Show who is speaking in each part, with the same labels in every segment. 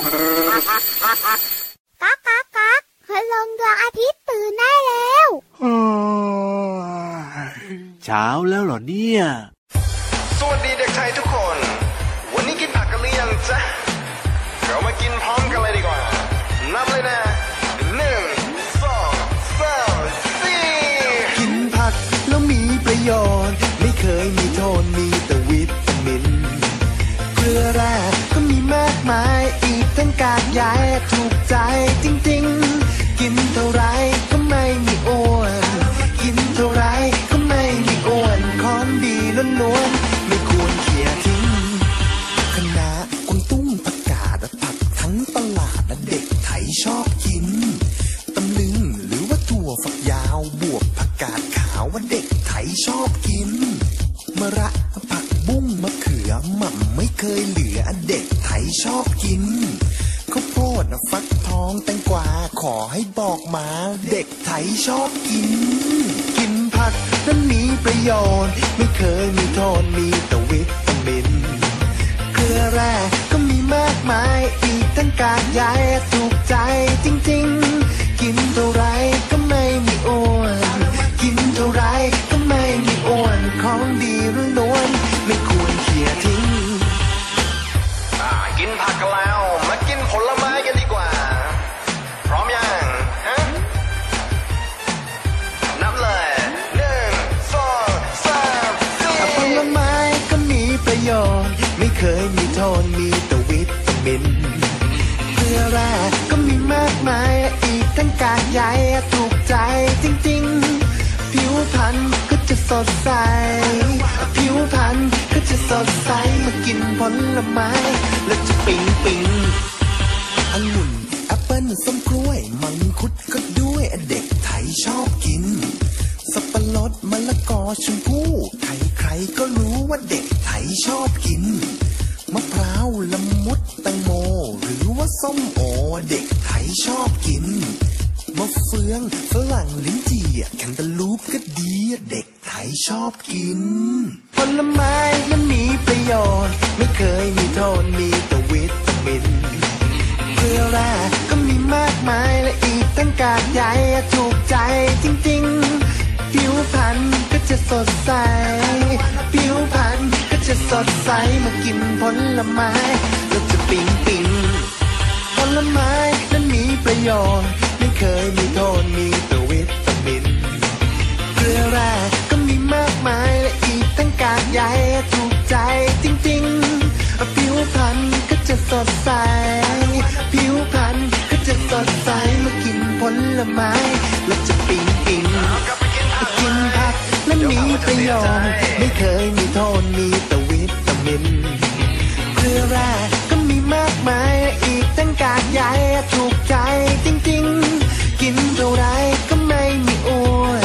Speaker 1: กักกักกักพลงดวงอาทิตย์ตื่นได้แล้ว
Speaker 2: เช้าแล้วเหรอเนี่ย
Speaker 3: สวัสดีเด็กไทยทุกคน วันนี้กินผักกันหรือยังจ๊ะเรามากินพร้อมกันเลยดีกว่า นับเลยนะหนึ่งสองสามสี่
Speaker 4: กินผักแล้วมีประโยชน์ ไม่เคยมีโทษมีแต่วิตามิน เกลือแร่ก็มีมากมายอีกทั้งกากใยถูกใจจริงๆ กินเท่าไรก็ไม่มีอ้วน กินเท่าไรก็ไม่มีอ้วนของดีล้วนๆไม่ควรเขี่ยทิ้ง คณะกวางตุ้งผักกาดผักทั้งตลาดเด็กไทยชอบกินตำลึงหรือว่าถั่วฝักยาวบวกผักกาดขาวว่าเด็กไทยชอบกินมะระผักบุ้งมะเขือหม่ำไม่เคยเหลือเด็กไทยชอบกินข้าวโพดฟักทองแตงกวาขอให้บอกมาเด็กไทยชอบกิน กินผักนั้นมีประโยชน์ไม่เคยมีโทษมีแต่วิตามิน เกลือแร่ก็มีมากมายอีกทั้งกากใยถูกใจจริงๆ กินเท่าไรก็ไม่มีอ้วน กินเท่าไรก็ไม่มีอ้วนของดีล้วนๆไม่ควรเขี่ยทิ้ง
Speaker 3: อ่ากินผักกันแล้ว มากินผลไม้กันดีกว่า พร้อมยังฮะนับเลยหนึ่งสองสามสี่
Speaker 4: ผลไม้ก็มีประโยชน์ไม่เคยมีโทษมีแต่วิตามินเกลือแร่ก็มีมากมายอีกทั้งกากใยถูกใจจริงๆ ผิวพรรณก็จะสดใส ผิวพรรณก็จะสดใสมากินผลไม้ แล้วจะปิ๊งปิ๊งองุ่นแอปเปิ้ลส้มกล้วย มังคุดก็ด้วยเด็กไทยชอบกิน สับปะรดมะละกอชมพู่ใครใครๆก็รู้ว่าเด็กไทยชอบกิน มะพร้าวละมุดแตงโม หรือว่าส้มโอเด็กไทยชอบกิน มะเฟืองฝรั่งลิ้นจี่แคนตาลูปก็ดีเด็กไทยชอบกิน ผลไม้นั้นมีประโยชน์ ไม่เคยมีโทษมีแต่วิตามิน เกลือแร่ก็มีมากมายและอีกตั้งกากใยถูกใจจริงๆ ผิวพรรณก็จะสดใส ผิวพรรณก็จะสดใสมากินผลไม้แล้วจะปิ๊งปิ๊งผลไม้นั้นมีประโยชน์ ไม่เคยมีโทษมีแต่วิตามิน เกลือแร่ก็มีมากมายและอีกตั้งกากใยถูกใจจริงๆ ผิวพรรณก็จะสดใส ผิวพรรณก็จะสดใสเมื่อกินผลไม้แล้วจะปิ๊งปิ๊ง
Speaker 3: กลับไปกินผัก
Speaker 4: กินผักและมีประโยชน์ไม่เคยมีโทษมีแต่วิตามิน เกลือแร่ก็มีมากมายและอีกตั้งกากใยถูกใจจริงๆ กินเท่าไรก็ไม่มีอ้วน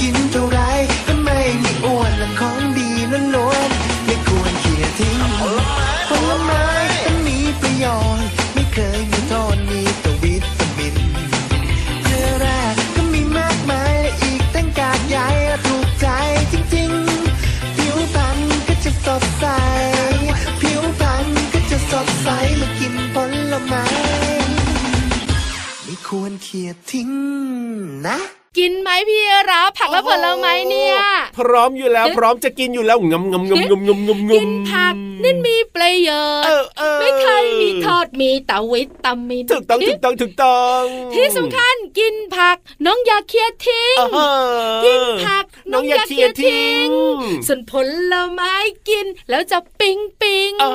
Speaker 4: กินเท่าไรก็ไม่มีอ้วนและของดีล้วนๆไม่ควรเขี่ยทิ้งผลไม้ต้องมีประโยชน์ ไม่เคยมีโทษมีแต่วิตามิน เกลือแร่ก็มีมากมายและอีกตั้งกากใยถูกใจจริงๆ ผิวพรรณก็จะสดใส ผิวพรรณก็จะสดใสเมื่อกินผลไม้ ไม่ควรเคียดทิ้งนะ
Speaker 5: กินไหมพี่รับผักและผลไม้เนี่ย
Speaker 6: พร้อมอยู่แล้ว พร้อมจะกินอยู่แล้วงำงำงำงำงำงำ
Speaker 5: กินผักนั่นมีประโยช
Speaker 6: เอ
Speaker 5: น์
Speaker 6: อออ
Speaker 5: ไม่เคยมีโทษมีแต่วิตามิน
Speaker 6: ถูกต้องถูกต้องถูกต้อง
Speaker 5: ที่สำคัญกินผักน้องอย่าเครียดทิ้ง
Speaker 6: เออ
Speaker 5: กินผัก
Speaker 6: น้องอย่าเคลียร์ทิ้ง
Speaker 5: ส่วนผลไม้กินแล้วจะปิ๊งปิ๊ง
Speaker 6: เอ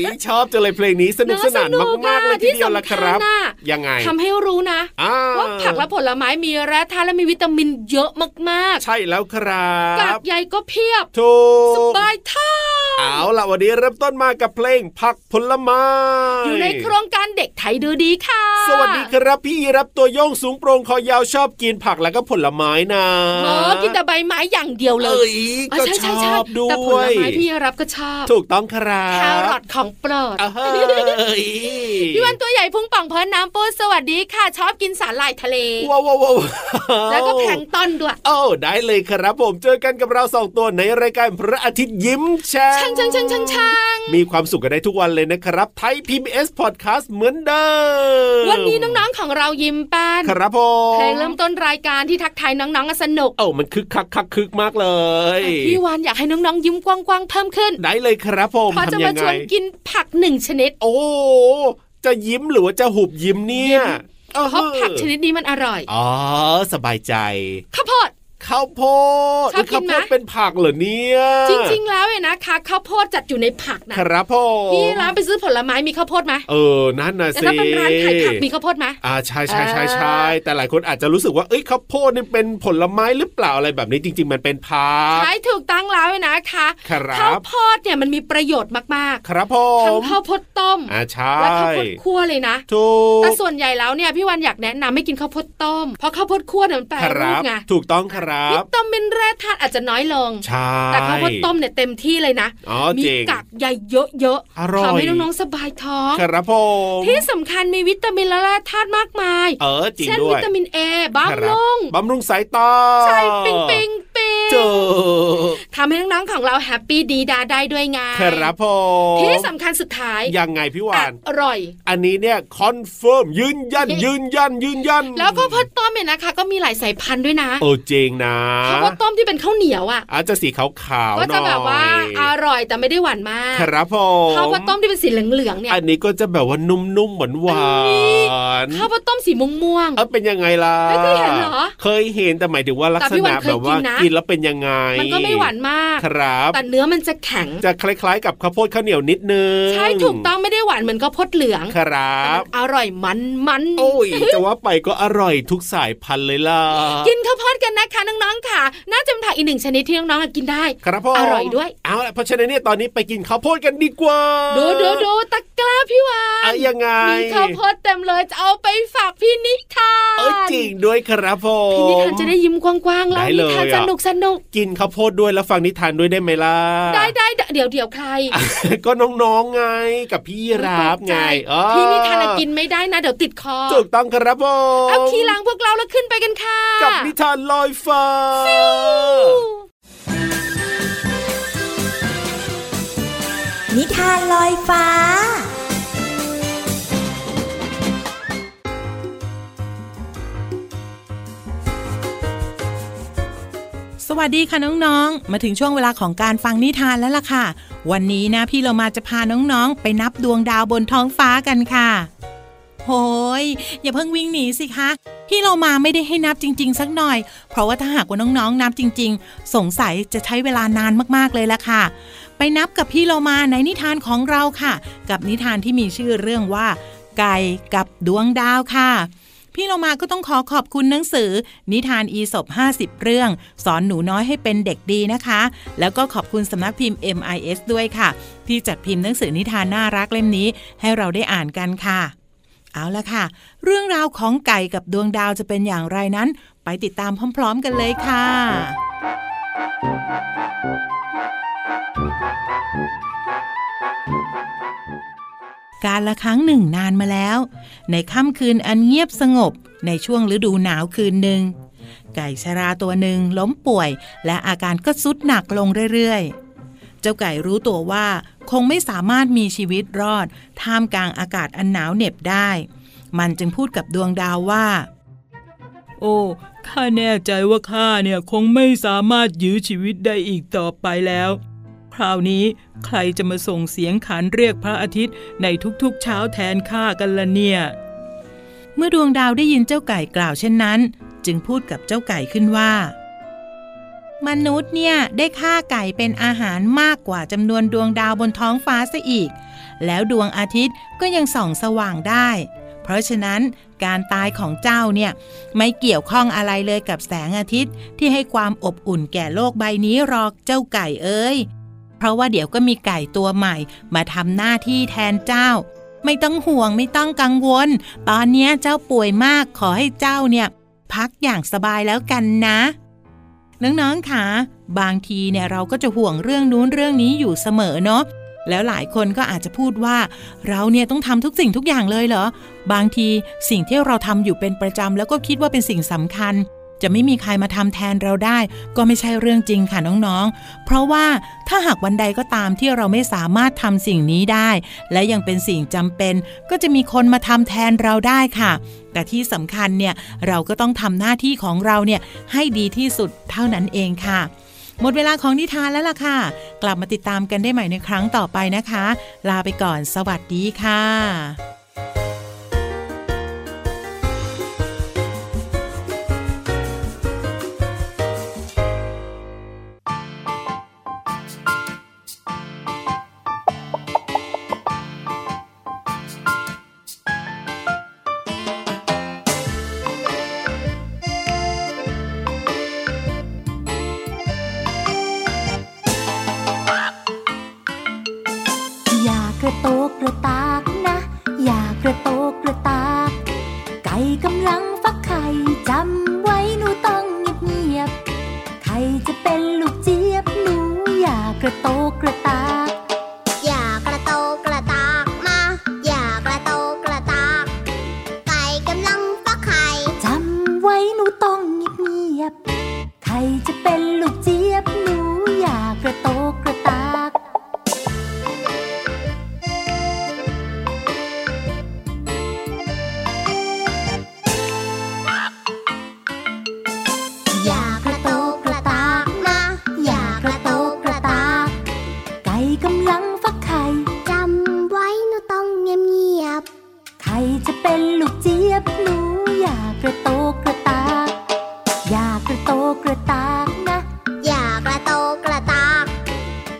Speaker 6: ยชอบจังเลยเพลงนี้สนุกสนาน
Speaker 5: เนอะสนุก
Speaker 6: มากๆเลย
Speaker 5: อะ
Speaker 6: ทีเดียวละ
Speaker 5: ที่
Speaker 6: ค
Speaker 5: สำคัญ
Speaker 6: รับ
Speaker 5: น่ะ
Speaker 6: ยังไง
Speaker 5: ทำให้รู้นะ
Speaker 6: อ่
Speaker 5: ว่าผักและผลไม้มีแร่ธาตุและมีวิตามินเยอะมาก
Speaker 6: ใช่แล้วครั
Speaker 5: ๆกาก
Speaker 6: บ
Speaker 5: ใยก็เพียบ
Speaker 6: ถู
Speaker 5: ส
Speaker 6: ก
Speaker 5: บายท้อง
Speaker 6: เอาล่ะวันนี้เริ่มต้นมากับเพลงผักผลไม้
Speaker 5: อยู่ในโครงการเด็กไทยดูดีค่ะ
Speaker 6: สวัสดีครับพี่รับตัวโยงสูงโปร่งคอยาวชอบกินผักแล้วก็ผลไม้นะ
Speaker 5: หมอกินแต่ใบไม้อย่างเดียวเล
Speaker 6: เลย ย
Speaker 5: อ๋อ
Speaker 6: ก็
Speaker 5: ใช่
Speaker 6: ช
Speaker 5: ใช่ใช่
Speaker 6: อบด้
Speaker 5: แต่ผ
Speaker 6: ว
Speaker 5: ล
Speaker 6: ย
Speaker 5: ไม้พี่รับก็ชอบ
Speaker 6: ถูกต้องครับ
Speaker 5: แครอทของโปรด
Speaker 6: เอ้ย
Speaker 5: พี่วันตัวใหญ่พุ่งป่องเพอน้ำปูสวัสดีค่ะ ชอบกินสาหร่ายทะเล
Speaker 6: ว้าวว้าวว้าว
Speaker 5: แล้วก็แพลงก์ต้นด้วย
Speaker 6: โอ้ได้เลยครับผมเจอกันกับเราสองตัวในรายการพระอาทิตย์ยิ้มแฉ่
Speaker 5: ช่างช่างช่างช่างช่าง
Speaker 6: มีความสุขกันได้ทุกวันเลยนะครับ ไทย PBS PBS Podcast เหมือนเดิม
Speaker 5: วันนี้น้องๆของเรายิ้มแป้น
Speaker 6: ครับผม
Speaker 5: เพลงเริ่มต้นรายการที่ทักทายน้องๆอะสนุก
Speaker 6: เอ้ามันคึกคักคักคึกมากเลย
Speaker 5: แต่พี่วานอยากให้น้องๆยิ้มกว้างๆเพิ่มขึ้น
Speaker 6: ได้เลยครับผม
Speaker 5: เพราะจะ
Speaker 6: ทำยั
Speaker 5: มาง ช
Speaker 6: ไง
Speaker 5: วนกินผักหนึ่งชนิด
Speaker 6: โอ้โหจะยิ้มหรือว่าจะหุบยิ้มเนี่ย
Speaker 5: เพราะผักชนิดนี้มันอร่อย
Speaker 6: อ๋อสบายใจ
Speaker 5: ข้าวโพด
Speaker 6: ข้าวโพด
Speaker 5: ชอบกินไหม
Speaker 6: ข้าวโพดเป็นผักเหรอเนี่ย
Speaker 5: จริงๆ แล้วเนี่ยนะคะข้าวโพดจัดอยู่ในผักนะครับ
Speaker 6: ผม
Speaker 5: พี่ร้านไปซื้อผลไม้มีข้าวโพดไหม
Speaker 6: เออนั่นนะ
Speaker 5: แต่
Speaker 6: สิ
Speaker 5: ถ้าเป็นร้านขายผักมีข้าวโพดไหม
Speaker 6: อ่าใช่ใช่ใช่
Speaker 5: อ่า
Speaker 6: ใช่แต่หลายคนอาจจะรู้สึกว่าเอ้ยข้าวโพดนี่เป็นผลไม้หรือเปล่าอะไรแบบนี้จริง ๆ มันเป็นผัก
Speaker 5: ขายถูกตั้งแล้วเนี่ยนะคะ
Speaker 6: ครับ
Speaker 5: ข้าวโพดเนี่ยมันมีประโยชน์มาก
Speaker 6: ครับผ
Speaker 5: ๆทั้ง
Speaker 6: ม
Speaker 5: ข้าวโพดต้ม
Speaker 6: อ่าใช่
Speaker 5: และข้าวโพดคั่วเลยนะ
Speaker 6: ถูก
Speaker 5: แต่ส่วนใหญ่แล้วเนี่ยพี่วันอยากแนะนำให้กินข้าวโพดต้ม เพราะข้าวโพดคั่วเนี่ยมันแปร
Speaker 6: ค
Speaker 5: รู
Speaker 6: รั
Speaker 5: ป
Speaker 6: บ
Speaker 5: ไง
Speaker 6: ถูกต้องครับ
Speaker 5: วิตามินแร่ธาตุอาจจะน้อยลง
Speaker 6: ใช่
Speaker 5: แต่ข้าวโพดต้มเนี่ยเต็มที่เลยนะ
Speaker 6: อ๋อ
Speaker 5: มี
Speaker 6: จริง
Speaker 5: กากใยเยอะ
Speaker 6: อร่อย
Speaker 5: ๆทำให้น้องๆสบายท้อง
Speaker 6: ครับผม
Speaker 5: ที่สำคัญมีวิตามินและแร่ธาตุมากมาย
Speaker 6: เออจริง
Speaker 5: เช่น
Speaker 6: ด้วย
Speaker 5: วิตามินเอบ้าง
Speaker 6: ครั
Speaker 5: ลง
Speaker 6: บำรุงสายตา
Speaker 5: ใช่ปิงปิงปิง
Speaker 6: เจอ
Speaker 5: ทำให้น้องๆของเราแฮปปี้ดีดาได้ด้วยไง
Speaker 6: ครับผม
Speaker 5: ที่สำคัญสุดท้าย
Speaker 6: ยังไงพี่วาน
Speaker 5: อร่อย
Speaker 6: อันนี้เนี่ยคอนเฟิร์มยืนยัน
Speaker 5: นี่
Speaker 6: ยืนยัน ยืนยัน
Speaker 5: แล้วข้าวโพดต้มเนี่ยนะคะ ก็มีหลายสายพันธุ์ด้วยนะ
Speaker 6: โอ้จริงนะ
Speaker 5: ข้าวโพดต้มที่เป็นข้าวเหนียวอ่ะ
Speaker 6: อาจจะสีขาวขาว
Speaker 5: ก็
Speaker 6: หน่
Speaker 5: จะ
Speaker 6: อย
Speaker 5: แบบว่าอร่อยแต่ไม่ได้หวานมาก
Speaker 6: ครับผม
Speaker 5: ข้าวโพดต้มที่เป็นสีเหลืองๆเนี่ย
Speaker 6: อันนี้ก็จะแบบว่านุ่มๆหวานหว
Speaker 5: อันนี้
Speaker 6: าน
Speaker 5: ข้าวโพดต้มสีม่วง
Speaker 6: เออเป็นยังไงล่ะ
Speaker 5: ไม่เคยเห็นเหรอ
Speaker 6: เคยเห็นแต่หมายถึงว่าลัก
Speaker 5: แต่
Speaker 6: ษ
Speaker 5: พี่วั
Speaker 6: ณะ
Speaker 5: นเคย
Speaker 6: แบบว่า
Speaker 5: กินนะ
Speaker 6: กินแล้วเป็นยังไง
Speaker 5: ๆ มันก็ไม่หวานมาก
Speaker 6: ครับ
Speaker 5: แต่เนื้อมันจะแข็ง
Speaker 6: จะคล้ายๆ กับข้าวโพดข้าวเหนียวนิดนึง
Speaker 5: ใช่ถูกต้องไม่ได้หวานเหมือนข้าวโพดเหลือง
Speaker 6: ครับ
Speaker 5: แต่มันอร่อยมันมันๆ
Speaker 6: โอ้ยจะว่าไปก็อร่อยทุกสายพันธุ์เลยล่ะ
Speaker 5: กินข้าวโพดกันนะคะน้องๆค่ะ น่าจะเป็นผักอีกหนึ่งชนิดที่น้องๆอ่ะกินได้
Speaker 6: ครับผม
Speaker 5: อร่อยด้วย
Speaker 6: เอาละเพราะฉะนั้นเนี่ยตอนนี้ไปกินข้าวโพดกันดีกว่า
Speaker 5: ดูดูดูตะกร้าพี่วา
Speaker 6: เอ้
Speaker 5: น
Speaker 6: ยยังไง
Speaker 5: มีข้าวโพดเต็มเลยจะเอาไปฝากพี่นิทาน
Speaker 6: เอ้ยจริงด้วยครับผม
Speaker 5: พี่นิทานจะได้ยิ้มกว้างๆแล้ว
Speaker 6: ได้
Speaker 5: นิ
Speaker 6: เลย
Speaker 5: ทาน
Speaker 6: อ่ะ
Speaker 5: สนุกสนุก
Speaker 6: กินข้าวโพดด้วยแล้วฟังนิทานด้วยได้ไหมล่ะ
Speaker 5: ๆได้ได้เดี๋ยวเดี๋ยวใคร
Speaker 6: ก็น้องๆไงกับพี่ยีรับไงเออ
Speaker 5: พี่นิทานอะกินไม่ได้นะ เดี๋ยวติดคอ
Speaker 6: ถูกต้องครับผม
Speaker 5: เอาขี่หลังพวกเราแล้วขึ้นไปกันค่ะ
Speaker 6: กับนิทานลอยฟ้า
Speaker 7: นิทานลอยฟ้า
Speaker 8: สวัสดีค่ะน้องๆ มาถึงช่วงเวลาของการฟังนิทานแล้วล่ะค่ะ วันนี้นะพี่เรามาจะพาน้องๆ ไปนับดวงดาวบนท้องฟ้ากันค่ะ โหย อย่าเพิ่งวิ่งหนีสิคะ พี่เรามาไม่ได้ให้นับจริง ๆ สักหน่อย เพราะว่าถ้าหากว่าน้องๆ นับจริง ๆ สงสัยจะใช้เวลานานมากๆเลยล่ะค่ะ ไปนับกับพี่เรามาในนิทานของเราค่ะ กับนิทานที่มีชื่อเรื่องว่า ไก่กับดวงดาวค่ะ พี่เรามาก็ต้องขอขอบคุณหนังสือ นิทานอีสบ50 เรื่อง สอนหนูน้อยให้เป็นเด็กดีนะคะ แล้วก็ขอบคุณสำนักพิมพ์ MIS ด้วยค่ะ ที่จัดพิมพ์หนังสือนิทานน่ารักเล่มนี้ให้เราได้อ่านกันค่ะ เอาละค่ะ เรื่องราวของไก่กับดวงดาวจะเป็นอย่างไรนั้น ไปติดตามพร้อม ๆ กันเลยค่ะ การละครั้งหนึ่งนานมาแล้ว ในค่ำคืนอันเงียบสงบ ในช่วงฤดูหนาวคืนหนึ่ง ไก่ชราตัวหนึ่งล้มป่วย และอาการก็ทรุดหนักลงเรื่อยๆ เจ้าไก่รู้ตัวว่าคงไม่สามารถมีชีวิตรอด ท่ามกลางอากาศอันหนาวเหน็บได้ มันจึงพูดกับดวงดาวว่า
Speaker 9: โอ้ ข้าแน่ใจว่าข้าเนี่ยคงไม่สามารถยื้อชีวิตได้อีกต่อไปแล้ว คราวนี้ใครจะมาส่งเสียงขานเรียกพระอาทิตย์ในทุกๆเช้าแทนข้ากันละเนี่ย
Speaker 8: เมื่อดวงดาวได้ยินเจ้าไก่กล่าวเช่นนั้น จึงพูดกับเจ้าไก่ขึ้นว่า มนุษย์เนี่ยได้ฆ่าไก่เป็นอาหารมากกว่าจำนวนดวงดาวบนท้องฟ้าซะอีก แล้วดวงอาทิตย์ก็ยังส่องสว่างได้ เพราะฉะนั้นการตายของเจ้าเนี่ยไม่เกี่ยวข้องอะไรเลยกับแสงอาทิตย์ที่ให้ความอบอุ่นแก่โลกใบนี้หรอกเจ้าไก่เอ้ย เพราะว่าเดี๋ยวก็มีไก่ตัวใหม่มาทำหน้าที่แทนเจ้า ไม่ต้องห่วงไม่ต้องกังวล ตอนเนี้ยเจ้าป่วยมากขอให้เจ้าเนี่ย พักอย่างสบายแล้วกันนะ น้องๆค่ะบางทีเนี่ยเราก็จะห่วงเรื่องนู้นเรื่องนี้อยู่เสมอเนาะแล้วหลายคนก็อาจจะพูดว่า เราเนี่ยต้องทำทุกสิ่งทุกอย่างเลยเหรอ บางทีสิ่งที่เราทำอยู่เป็นประจำแล้วก็คิดว่าเป็นสิ่งสำคัญ จะไม่มีใครมาทำแทนเราได้ ก็ไม่ใช่เรื่องจริงค่ะน้องๆ เพราะว่าถ้าหากวันใดก็ตามที่เราไม่สามารถทำสิ่งนี้ได้ และยังเป็นสิ่งจำเป็น ก็จะมีคนมาทำแทนเราได้ค่ะ แต่ที่สำคัญเนี่ยเราก็ต้องทำหน้าที่ของเราเนี่ยให้ดีที่สุดเท่านั้นเองค่ะ หมดเวลาของนิทานแล้วล่ะค่ะ กลับมาติดตามกันได้ใหม่ในครั้งต่อไปนะคะ ลาไปก่อนสวัสดีค่ะ
Speaker 10: อย่ากระโตกกระตากนะ อย่ากระโตกกระตาก ไก่กำลังฟักไข่จำไว้หนูต้องเงียบเงียบๆไข่จะเป็นลูกเจี๊ยบหนู อย่ากระโตกกระตาก
Speaker 1: อย่ากระโตกกระตากมา อย่ากระโตกกระตาก ไก่กำลังฟักไข่
Speaker 10: จำไว้หนูต้องเงียบเงียบๆใครจะเป็นลูกเจี๊ยบหนูอย่ากระโตกกระตาก อย่ากระโตกกระตาก
Speaker 1: มา
Speaker 10: อย่ากระโตกกระตาก ไก่กำลังฟักไข่
Speaker 1: จำไว้หนูต้องเงียบเงียบ
Speaker 10: ใครจะเป็นลูกเจี๊ยบหนู อย่ากระโตกกระตาก อย่ากระโตกกระตากนะ
Speaker 1: ๆอย่ากระโตกกระตาก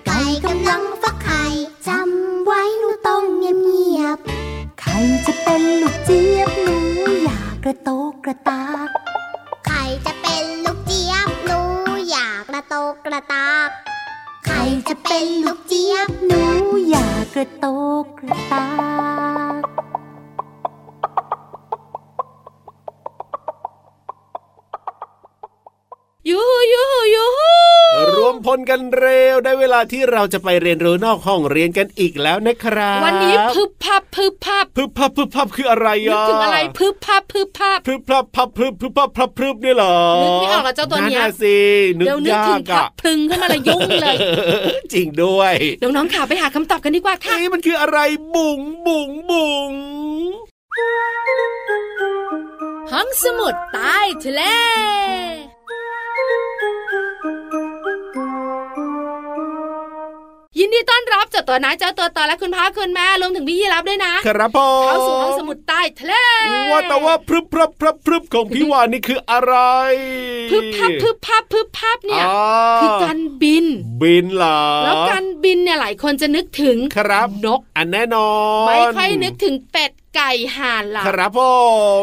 Speaker 1: ไก่กำลังฟักไข่จำไว้หนูต้องเงียบเงียบๆ
Speaker 10: ใครจะเป็นลูกเจี๊ยบหนู อย่ากระโตกกระตาก
Speaker 1: ใครจะเป็นลูกเจี๊ยบหนูอยากกระโตกกระตาก ใครจะเป็นลูกเจี๊ยบ
Speaker 10: หนูอย่ากระโตกกระตาก
Speaker 5: ยูฮูยูฮูยูฮู
Speaker 6: รวมพลกันเร็วได้เวลาที่เราจะไปเรียนรู้นอกห้องเรียนกันอีกแล้วนะครับ
Speaker 5: วันนี้พึบพับพึบพับ
Speaker 6: พึบพับพึบพับคืออะไร
Speaker 5: นึก
Speaker 6: อ่ะ
Speaker 5: ถึงอะไรพึบพับพึบพับ
Speaker 6: พึบพับพับพึบพึบพับพับพึบเนี่ยเหรอ
Speaker 5: นึกไม่ออกเหรอเจ้าตัวเนี้ย
Speaker 6: ะสินึก
Speaker 5: เดี๋ยวนึก
Speaker 6: ยา
Speaker 5: ถึง
Speaker 6: ก
Speaker 5: พับ
Speaker 6: อ่ะ
Speaker 5: พลึงขึ้นมาเลยยุ่งเลย
Speaker 6: จริงด้วย
Speaker 5: น้องๆค่ะไปหาคำตอบกันดีกว่าค่ะ
Speaker 6: เอ้มันคืออะไรบุ๋งบุ๋งบุ๋ง
Speaker 5: ห้องสมุดใต้ทะเล ยินดีต้อนรับเจ้าตัวน้อยเจ้าตัวต่อและคุณพ่อคุณแม่รวมถึงพี่ยีรับด้วยนะครับ
Speaker 6: พ่อ
Speaker 5: เข้าสู่ห้องสมุดใต้ทะเล
Speaker 6: ว่าแต่ว่าพรึบพรับพรับพรึบของพี่วานนี่คืออะไร
Speaker 5: พึบพับพึบพับพึบพับเนี่ย
Speaker 6: อ่า
Speaker 5: คือการบิน
Speaker 6: บินเหรอ
Speaker 5: แล้วการบินเนี่ยหลายคนจะนึกถึง
Speaker 6: ครับ
Speaker 5: นก
Speaker 6: อันแน่นอน
Speaker 5: ไม่ค่อยนึกถึงเป็ดไก่ห่านหรอก
Speaker 6: ครับผ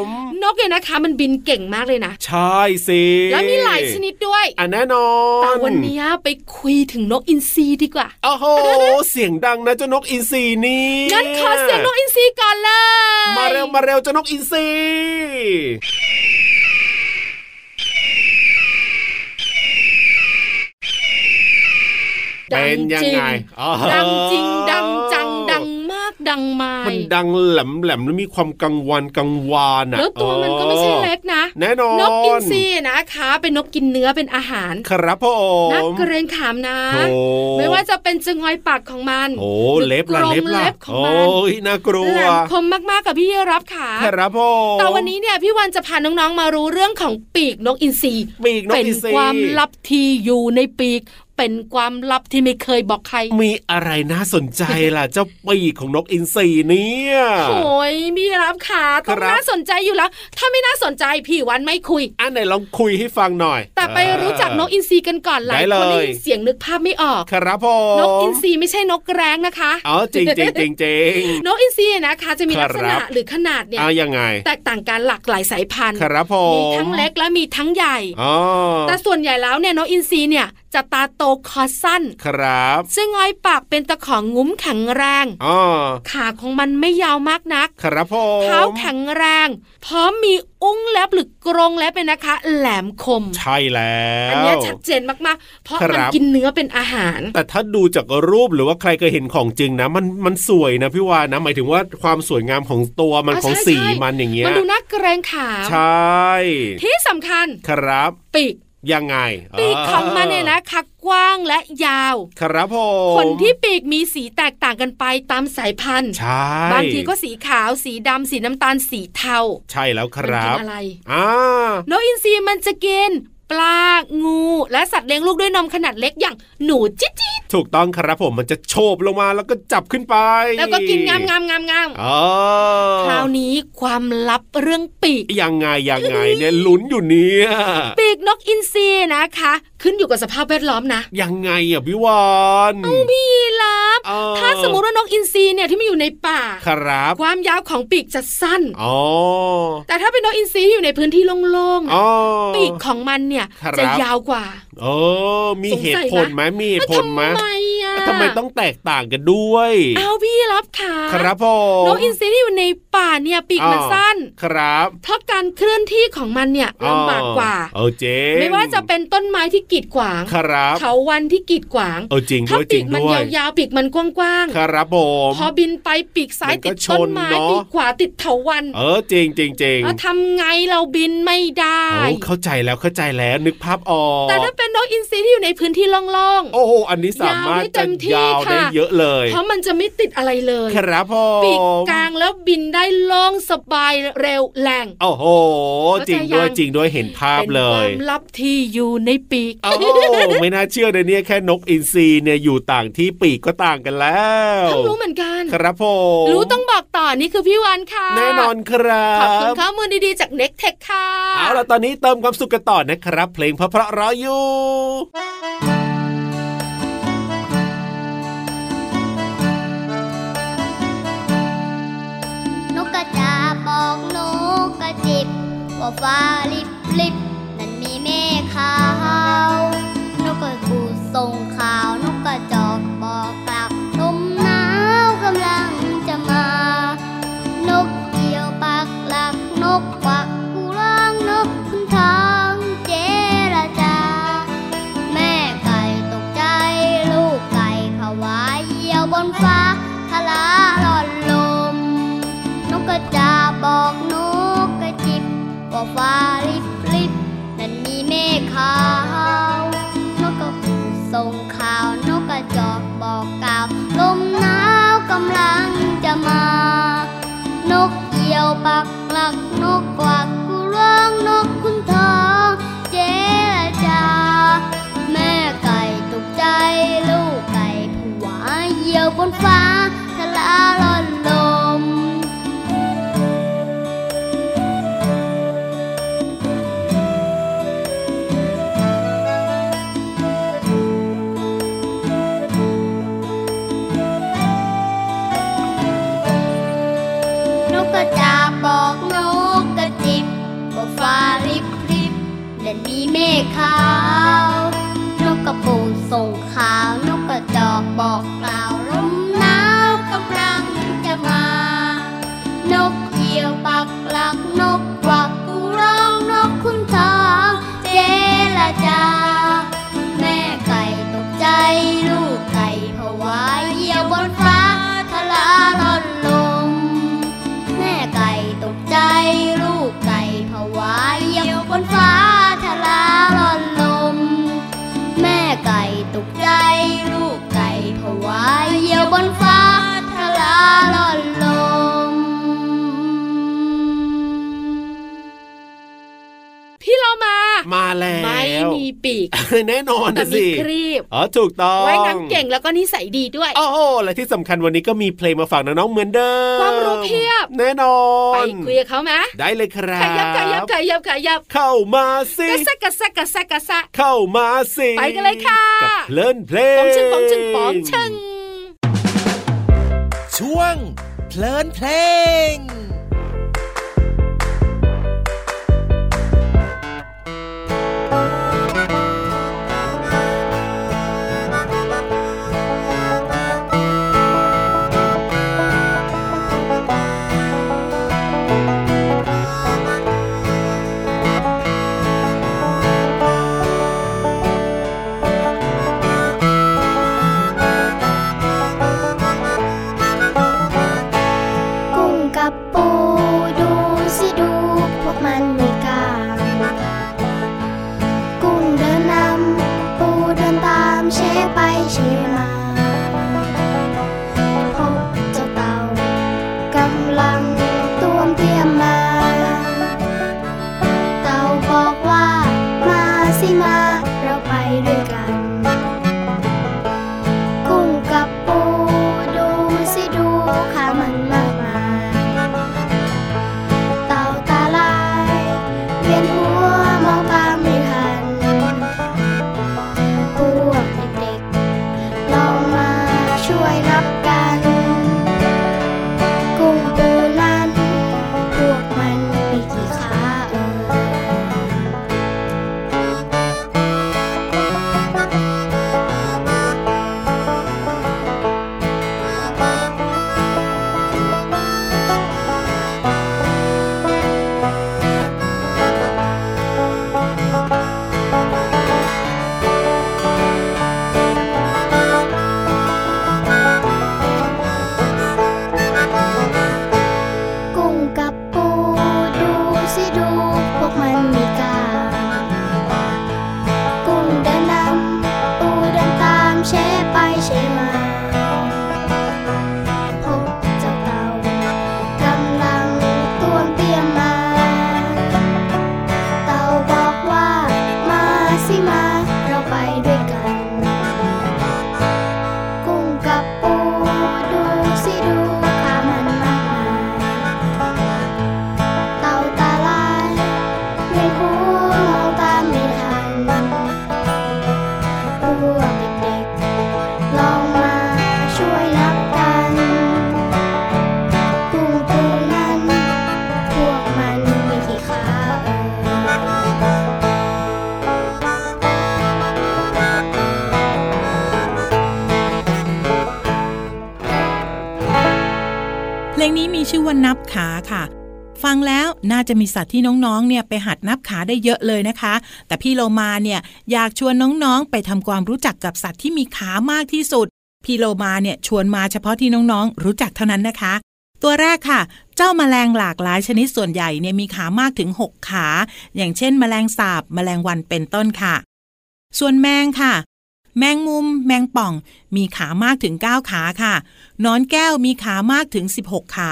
Speaker 6: ม
Speaker 5: นกเนี่ยนะคะ มันบินเก่งมากเลยนะ
Speaker 6: ใช่สิ
Speaker 5: แล้วมีหลายชนิดด้วย
Speaker 6: อันแน่นอน
Speaker 5: แต่วันนี้ไปคุยถึงนกอินทรีดีกว่า
Speaker 6: โอ้โห เสียงดังนะเจ้านกอินทรีนี่
Speaker 5: งั้นขอเสียงนกอินทรีก่อนเลย
Speaker 6: มาเร็วมาเร็วเจ้านกอินทรี
Speaker 5: ดั
Speaker 6: เป็นยังไงอ๋อ
Speaker 5: ดังจริง ดังจัง ดังมาก ดังไมาย
Speaker 6: มันดังแหลมแหลมแล้วมีความกังวานกังวานอ่ะ
Speaker 5: แล้วตัวมันก็ไม่ใช่เล็กนะ
Speaker 6: แน่นอน
Speaker 5: นกอินทรีนะคะ เป็นนกกินเนื้อเป็นอาหาร
Speaker 6: ครับผ
Speaker 5: น่าม เกรงขามนะ
Speaker 6: โอ้
Speaker 5: ไม่ว่าจะเป็นจงอยปากของมัน
Speaker 6: โอ้
Speaker 5: หรือ
Speaker 6: เล็บล่ะ
Speaker 5: กรง
Speaker 6: เล็บล่ะ
Speaker 5: เล็บของ
Speaker 6: โอ้
Speaker 5: มั
Speaker 6: ย
Speaker 5: น
Speaker 6: น่ากลัว
Speaker 5: แหลมคมมากๆกับพี่รับขา
Speaker 6: ครับผม
Speaker 5: แต่วันนี้เนี่ยพี่วันจะพาน้องๆมารู้เรื่องของปีกนกอินทรี
Speaker 6: ปีกนก
Speaker 5: เป็น
Speaker 6: อินทรี
Speaker 5: ความลับที่อยู่ในปีก เป็นความลับที่ไม่เคยบอกใคร
Speaker 6: มีอะไรน่าสนใจล่ะ เจ้าปีกของนกอินทรีเนี่ย
Speaker 5: โอ้ยพี่รับขาต้อง
Speaker 6: ครับ
Speaker 5: น่าสนใจอยู่แล้ว ถ้าไม่น่าสนใจพี่วันไม่คุย
Speaker 6: อันไหนลองคุยให้ฟังหน่อย
Speaker 5: แต่ไปรู้จักนกอินทรีกันก่อนหลาย
Speaker 6: ได้เลย
Speaker 5: คนได้ยินเสียงนึกภาพไม่ออก
Speaker 6: ครับผม
Speaker 5: นกอินทรีไม่ใช่นกแร้งนะคะ
Speaker 6: อ๋อจริงจริงจริงจริง
Speaker 5: นกอินทรีนะคะจะมีลักษณะ
Speaker 6: ครับ
Speaker 5: หรือขนาดเนี่ย
Speaker 6: เอายังไง
Speaker 5: แตกต่างกันหลากหลายสายพันธุ์
Speaker 6: ครับผ
Speaker 5: มี
Speaker 6: ม
Speaker 5: ทั้งเล็กและมีทั้งใหญ่
Speaker 6: อ๋อ
Speaker 5: แต่ส่วนใหญ่แล้วเนี่ยนกอินทรีเนี่ย จะตาโตคอสั้น
Speaker 6: ครับ
Speaker 5: ซึ่งอ้อยปากเป็นตะของงุ้มแข็งแรง
Speaker 6: อ๋อ
Speaker 5: ขาของมันไม่ยาวมากนัก
Speaker 6: ครับผม
Speaker 5: เท้าแข็งแรง พร้อมมีอุ้งเล็บหรือกรงเล็บเป็นยนะคะ แหลมคม
Speaker 6: ใช่แล้ว
Speaker 5: อัเนี้ยชัดเจนมากๆ เพราะมัน
Speaker 6: ครับ
Speaker 5: กินเนื้อเป็นอาหาร
Speaker 6: แต่ถ้าดูจากรูปหรือว่าใครเคยเห็นของจริงนะ มันมันสวยนะพี่วานนะหมายถึงว่าความสวยงามของตัวมัน
Speaker 5: อ๋อ
Speaker 6: ของ
Speaker 5: ใช่
Speaker 6: สี
Speaker 5: ใช่
Speaker 6: มันอย่างเงี้ย
Speaker 5: มันดูน่าเกรงขาม
Speaker 6: ใช่
Speaker 5: ที่สำคัญ
Speaker 6: ครับ
Speaker 5: ปีก
Speaker 6: ยังไง
Speaker 5: ปีกของมันเนี่ยนะคะกว้างและยาว
Speaker 6: ครับผม
Speaker 5: ขนที่ปีกมีสีแตกต่างกันไปตามสายพันธุ์
Speaker 6: ใช่
Speaker 5: บางทีก็สีขาว สีดำ สีน้ำตาล สีเทา
Speaker 6: ใช่แล้วค
Speaker 5: มัน
Speaker 6: รั
Speaker 5: กิ
Speaker 6: บ
Speaker 5: นอะไร
Speaker 6: อ่าน
Speaker 5: กอินทรีมันจะกิน ปลา งู และสัตว์เลี้ยงลูกด้วยนมขนาดเล็กอย่างหนูจิ๊ดจิ๊ด
Speaker 6: ถูกต้องครับผมมันจะโฉบลงมาแล้วก็จับขึ้นไป
Speaker 5: แล้วก็กินงามงามงามงาม
Speaker 6: อ๋อ
Speaker 5: คราวนี้ความลับเรื่องปีก
Speaker 6: ยังไงยังไงเนี่ยลุ้นอยู่เนี่ย
Speaker 5: ปีกนกอินทรีนะคะ ขึ้นอยู่กับสภาพแวดล้อมนะ
Speaker 6: ยังไงอ่ะพี่วาน
Speaker 5: พี่ลับ
Speaker 6: เออ
Speaker 5: ถ้าสมมติว่านกอินทรีเนี่ยที่มันอยู่ในป่า
Speaker 6: ครับ
Speaker 5: ความยาวของปีกจะสั้น
Speaker 6: อ๋อ
Speaker 5: แต่ถ้าเป็นนกอินทรีที่อยู่ในพื้นที่โล่งๆ
Speaker 6: อ๋
Speaker 5: นะ
Speaker 6: อ
Speaker 5: ปีกของมันเนี่ย
Speaker 6: ครับ
Speaker 5: จะยาวกว่า
Speaker 6: เออมีเหตุผลไหมมีเหตุ
Speaker 5: ทำ
Speaker 6: ผลไหม
Speaker 5: ไมอ่ะ
Speaker 6: ทำไมต้องแตกต่างกันด้วย
Speaker 5: เอาพี่รับค่ะ
Speaker 6: ครับผม
Speaker 5: นกอินทรีที่อยู่ในป่าเนี่ยปีกมัน
Speaker 6: อ่า
Speaker 5: สั้น
Speaker 6: ครับ
Speaker 5: เพราะการเคลื่อนที่ของมันเนี่ยลำบากกว่า
Speaker 6: เออเจ๊ง
Speaker 5: ไม่ว่าจะเป็นต้นไม้ที่กีดขวาง
Speaker 6: ครับ
Speaker 5: เขาวันที่กีดขวาง
Speaker 6: เออจริง
Speaker 5: ถ้า
Speaker 6: ด้วยจ
Speaker 5: ปี
Speaker 6: ริ
Speaker 5: ก
Speaker 6: ง
Speaker 5: มัน
Speaker 6: ด้วย
Speaker 5: ยาวๆปีกมันกว้าง
Speaker 6: ครับผม
Speaker 5: ๆพอบินไปปีกซ้าย
Speaker 6: มันก็
Speaker 5: ติดต้นไม้
Speaker 6: ชนเนอะ
Speaker 5: ปีกขวาติดเถาวัน
Speaker 6: เออจริงจริงจริง
Speaker 5: แล้วทำไงเราบินไม่ได้
Speaker 6: โอ้เข้าใจแล้วเข้าใจแล้วนึกภาพออก
Speaker 5: แต่ถ้าเป็นนกอินทรีที่อยู่ในพื้นที่โล่ง
Speaker 6: โอ้โหอันนี้สามารถ
Speaker 5: ยาวได้เต็
Speaker 6: จะ
Speaker 5: มที่
Speaker 6: ยาว
Speaker 5: ค่ะ
Speaker 6: ได้เยอะเลย
Speaker 5: ๆ เพราะมันจะไม่ติดอะไรเลย
Speaker 6: ครับผ
Speaker 5: ปีก
Speaker 6: ม
Speaker 5: กลางแล้วบินได้โล่องสบายเร็วแรง
Speaker 6: โอ้โห
Speaker 5: เข้าใจ
Speaker 6: จริงด้วย
Speaker 5: ยัง
Speaker 6: จริงด้วยเห็นภาพ
Speaker 5: เป็น
Speaker 6: เล
Speaker 5: ควาย มลับที่อยู่ในปีก
Speaker 6: โอ้โหไม่น่าเชื่อเลยเนี่ยแค่นกอินทรีเนี่ยอยู่ต่างที่ปีกก็ต่างกันแล้ว
Speaker 5: เพิ่งรู้เหมือนกัน
Speaker 6: ครับผม
Speaker 5: รู้ต้องบอกต่อนี่คือพี่วันค่ะ
Speaker 6: แน่นอนครับ
Speaker 5: ขอบคุณข้อมูลดีๆจากเน็กเทคค่ะ
Speaker 6: เอาล่ะตอนนี้เติมความสุขกันต่อนะครับ เพลงเพราะๆรออยู่
Speaker 1: นกกระจาบอกนกกระจิบ ว่าฟ้าลิบลิบนั้นมีเมฆขาวนกกระกูดส่งข่าวนกกระจอกบอกกลับลมหนาวกำลังจะมา นกเกี่ยวปักหลักนกควักกูร้องนกคุณทางเจรจา แม่ไก่ตกใจลูกไก่ผวาเหยี่ยวบนฟ้าทะลาหล่อนลม นกกระจาบอกนกกระจิบว่าฟ้าริบริบนั่นมีเมฆขาวนกกระปูส่งข่าวนกกระจอกบอกกล่าวลมหนาวกำลังจะมา นกเอี่ยวปักหลักนกกวักกูร้องนกคุณทองเจรจา แม่ไก่ตกใจลูกไก่ผวาเหยี่ยวบนฟ้าทะลาล่อนลม นกกระจาบอกนกกระจิบบอกฟ้าริบริบและมีเมฆขาวนกกระปูส่งข่าวนกกระจอกบอกกล่าวลมหนาวกำลังจะมา นกเหี่ยวปักหลักนกกวักกูร้องนกคุณทองเจรจา แม่ไก่ตกใจลูกไก่ผวาเหยี่ยวบนฟ้าทะลาล่อนลม แม่ไก่ตกใจลูกไก่ผวาเหยี่ยวบนฟ้าทะลาล่อนลม แม่ไก่ตกใจลูกไก่ผวาเหยี่ยวบนฟ้าทะลาล่อนลม
Speaker 5: พี่เรามา
Speaker 6: มาแล้ว
Speaker 5: ไม่มีปีก
Speaker 6: แน่นอน
Speaker 5: แต่
Speaker 6: นะ
Speaker 5: มี
Speaker 6: สิ
Speaker 5: ครีบ
Speaker 6: อ๋อถูกต้อง
Speaker 5: ว่ายน้ำเก่งแล้วก็นิสัยดีด้วย
Speaker 6: โอ้โหและที่สำคัญวันนี้ก็มีเพลงมาฝากน้องๆเหมือนเดิม
Speaker 5: ความรู้เพียบ
Speaker 6: แน่นอ
Speaker 5: ไป
Speaker 6: น
Speaker 5: คุยกับเขาไหม
Speaker 6: ได้เลยครับ
Speaker 5: ขยับขยับขยับขยับ
Speaker 6: เข้ามาสิ
Speaker 5: กระแซะกระแซะกระแซะกระแซะ
Speaker 6: เข้ามาสิ
Speaker 5: ไปกันเลยค่ะ
Speaker 6: กับเพลินเพลง
Speaker 5: ปองชึงปองชึงปองชึง
Speaker 4: ช่วงเพลินเพลง
Speaker 6: พ
Speaker 11: กับปูดูสิดูพวกมันมีกลาง กุ้งเดินนำปูเดินตามเชไปเชมาพบเจ้าเต่ากำลังต้วมเตรียมมา เต่าบอกว่ามาสิมาเราไปด้วยกัน กุ้งกับปูดูสิดูข้ามันมากมาย เต่าตาลายเวียนหัวมองตามไม่ทัน พวกเด็กๆลองมาช่วยนับกัน กุ้งปูนั้น พวกมันมีกี่ขาเอ่ย กุ้งกับปูดูสิดูพวกมันมีกากุ้งเดินนำปูเดินตามเชไปเชมาพบเจ้าเต่ากำลังต้วมเตรียมมา เต่าบอกว่ามาสิมาเราไปด้วยกัน กุ้งกับปูดูสิดูข้ามันมากมาย เต่าตาลายไม่หัวมองตามไม่ทันพวกเด็กๆลองมาช่วยนับกันกุ้งปูนั้น พวกมันมีกี่ขาเอ่ย
Speaker 8: เพลงนี้มีชื่อว่านับขาค่ะ ฟังแล้วน่าจะมีสัตว์ที่น้องๆ เนี่ยไปหัดนับขาได้เยอะเลยนะคะ แต่พี่โลมาเนี่ยอยากชวนน้องๆ ไปทำความรู้จักกับสัตว์ที่มีขามากที่สุด พี่โลมาเนี่ยชวนมาเฉพาะที่น้องๆ รู้จักเท่านั้นนะคะ ตัวแรกค่ะ เจ้าแมลงหลากหลายชนิดส่วนใหญ่เนี่ยมีขามากถึง 6 ขา อย่างเช่น แมลงสาบ แมลงวันเป็นต้นค่ะ ส่วนแมงค่ะ แมงมุม แมงป่อง มีขามากถึง 9 ขาค่ะหนอนแก้วมีขามากถึง 16 ขา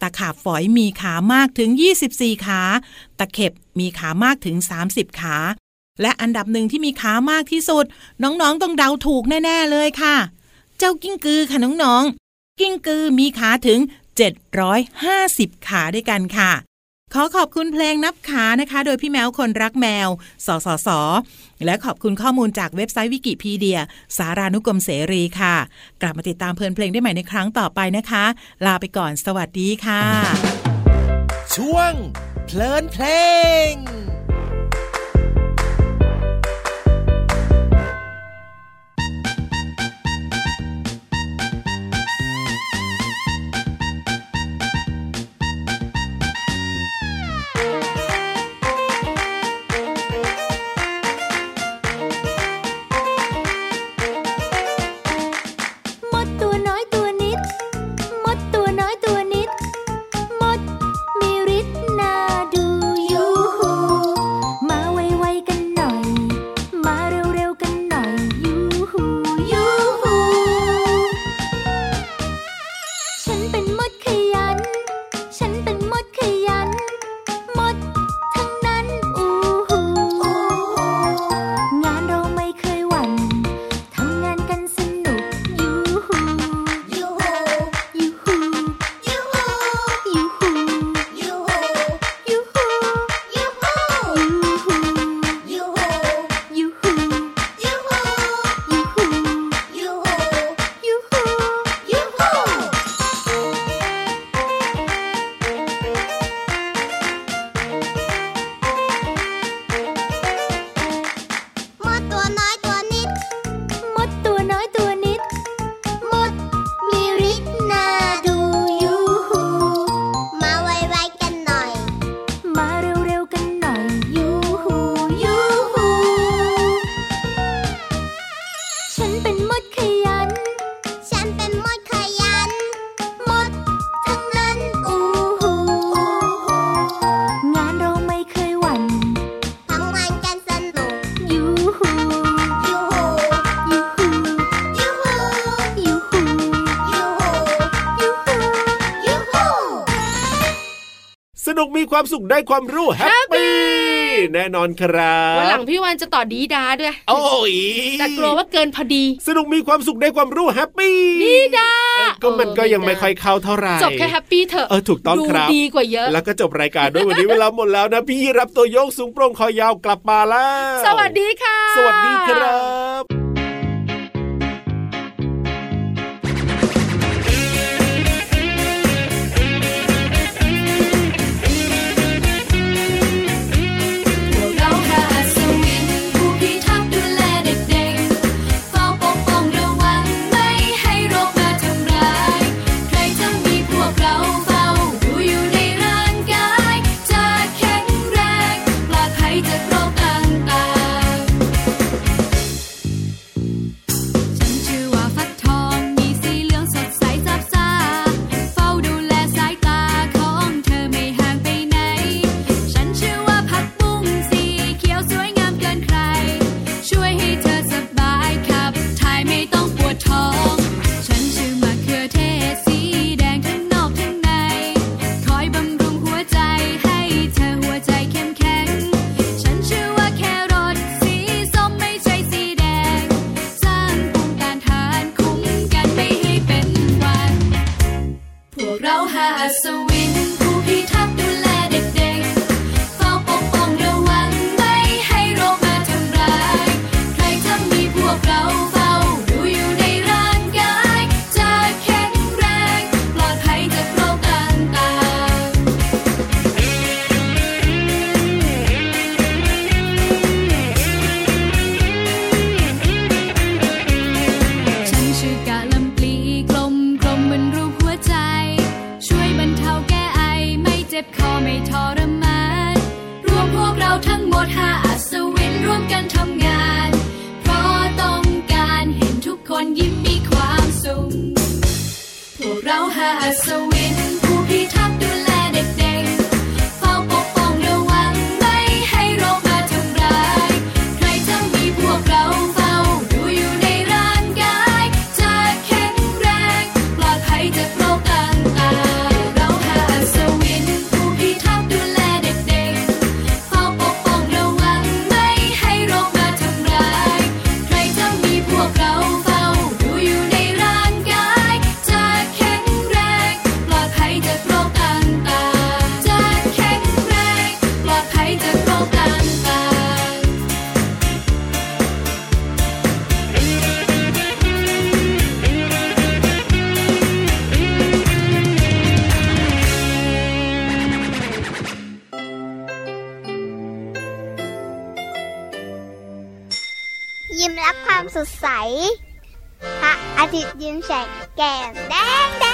Speaker 8: ตะขาบฝอยมีขามากถึง 24 ขา ตะเข็บมีขามากถึง 30 ขา และอันดับหนึ่งที่มีขามากที่สุด น้องๆต้องเดาถูกแน่ ๆ เลยค่ะ เจ้ากิ้งกือค่ะน้องๆ กิ้งกือมีขาถึง 750 ขาด้วยกันค่ะ ขอขอบคุณเพลงนับขานะคะ โดยพี่แมวคนรักแมว สสส และขอบคุณข้อมูลจากเว็บไซต์วิกิพีเดีย สารานุกรมเสรีค่ะ กลับมาติดตามเพลินเพลงได้ใหม่ในครั้งต่อไปนะคะ ลาไปก่อนสวัสดีค่ะ
Speaker 12: ช่วงเพลินเพลง
Speaker 7: มดตัวน้อยตัวนิด มดตัวน้อยตัวนิด มดมีฤทธิ์น่าดูยูหู
Speaker 6: สนุกมีความสุขได้ความรู้แฮปปี้แน่นอนครับ
Speaker 5: วันหลังพี่วันจะต่อดีดาด้วย
Speaker 6: โอ้ย
Speaker 5: แต่กลัวว่าเกินพอดี
Speaker 6: สนุกมีความสุขได้ความรู้แฮปปี้
Speaker 5: ดีดา
Speaker 6: ก็มันก็ยังไม่ค่อยเข้าเท่าไหร่
Speaker 5: จบแค่แฮปปี้เถอะ
Speaker 6: เออถูกต้อง
Speaker 5: ดู
Speaker 6: ครับ
Speaker 5: ดีกว่าเยอะ
Speaker 6: แล้วก็จบรายการด้วยวันนี้เวลาหมดแล้วนะพี่รับตัวโยกสูงโปร่งคอยาวกลับมาแล้ว
Speaker 5: สวัสดีค่ะ
Speaker 6: สวัสดีครับ
Speaker 13: พวกเราพระอัศวินผู้พิทักษ์ดูแลเด็กๆเฝ้าปกป้องระวังไม่ให้โรคมาทำร้าย ใครจะมีพวกเราเฝ้าดูอยู่ในร่างกาย จะแข็งแรงปลอดภัยจากโรคต่างๆ ฉันชื่อว่าฟักทองมีสีเหลืองสดใสซับซ่าเฝ้าดูแลสายตาของเธอไม่ห่างไปไหน ฉันชื่อว่าผักบุ้งสีเขียวสวยงามเกินใคร ช่วยให้เธอสบายขับถ่ายไม่ต้องปวดท้อง ฉันชื่อมะเขือเทศสีแดงทั้งนอกทั้งใน คอยบำรุงหัวใจให้เธอหัวใจเข้มแข็ง ฉันชื่อว่าแครอทสีส้มไม่ใช่สีแดง สร้างภูมิต้านทานคุ้มกันไม่ให้เป็นหวัด พวกเราหาอัศวินผู้พิทักษ์ดูแลเด็กๆเฝ้าปกป้องระวังไม่ให้โรคมาทำร้าย ใครจะมีพวกเราเฝ้าดูอยู่ในร่างกาย จะแข็งแรงปลอดภัยจากโรคต่างๆ ฉันชื่อกะลำปลีกลมกลมเหมือนรูปหัวใจ ช่วยบรรเทาแก้ไอไม่เจ็บคอไม่ทรมานรวมพวกเราทั้งหมดห้าอัศวินร่วมกันทำงาน เพราะต้องการเห็นทุกคนยิ้มมีความสุข พวกเราห้าอัศวินผู้พิทักษ์ดูแลเด็กๆเฝ้าปกป้องระวังไม่ให้โรคมาทำร้าย ใครจะมีพวกเราเฝ้าดูอยู่ในร่างกาย จะแข็งแรงปลอดภัยจากโรคต่างๆ เราหาสวินผู้พิทักษ์ดูแลเด็กๆเฝ้าปกป้องระวังไม่ให้โรคมาทำร้าย ใครจะมีพวกเราเฝ้าดูอยู่ในร่างกาย จะแข็งแรงปลอดภัยจากโรคต่างๆ จะแข็งแรงปลอดภัยจากโรคต่างๆ
Speaker 1: ยิ้มรับความสดใส พระอาทิตย์ยิ้มแฉกแก้มแดงแด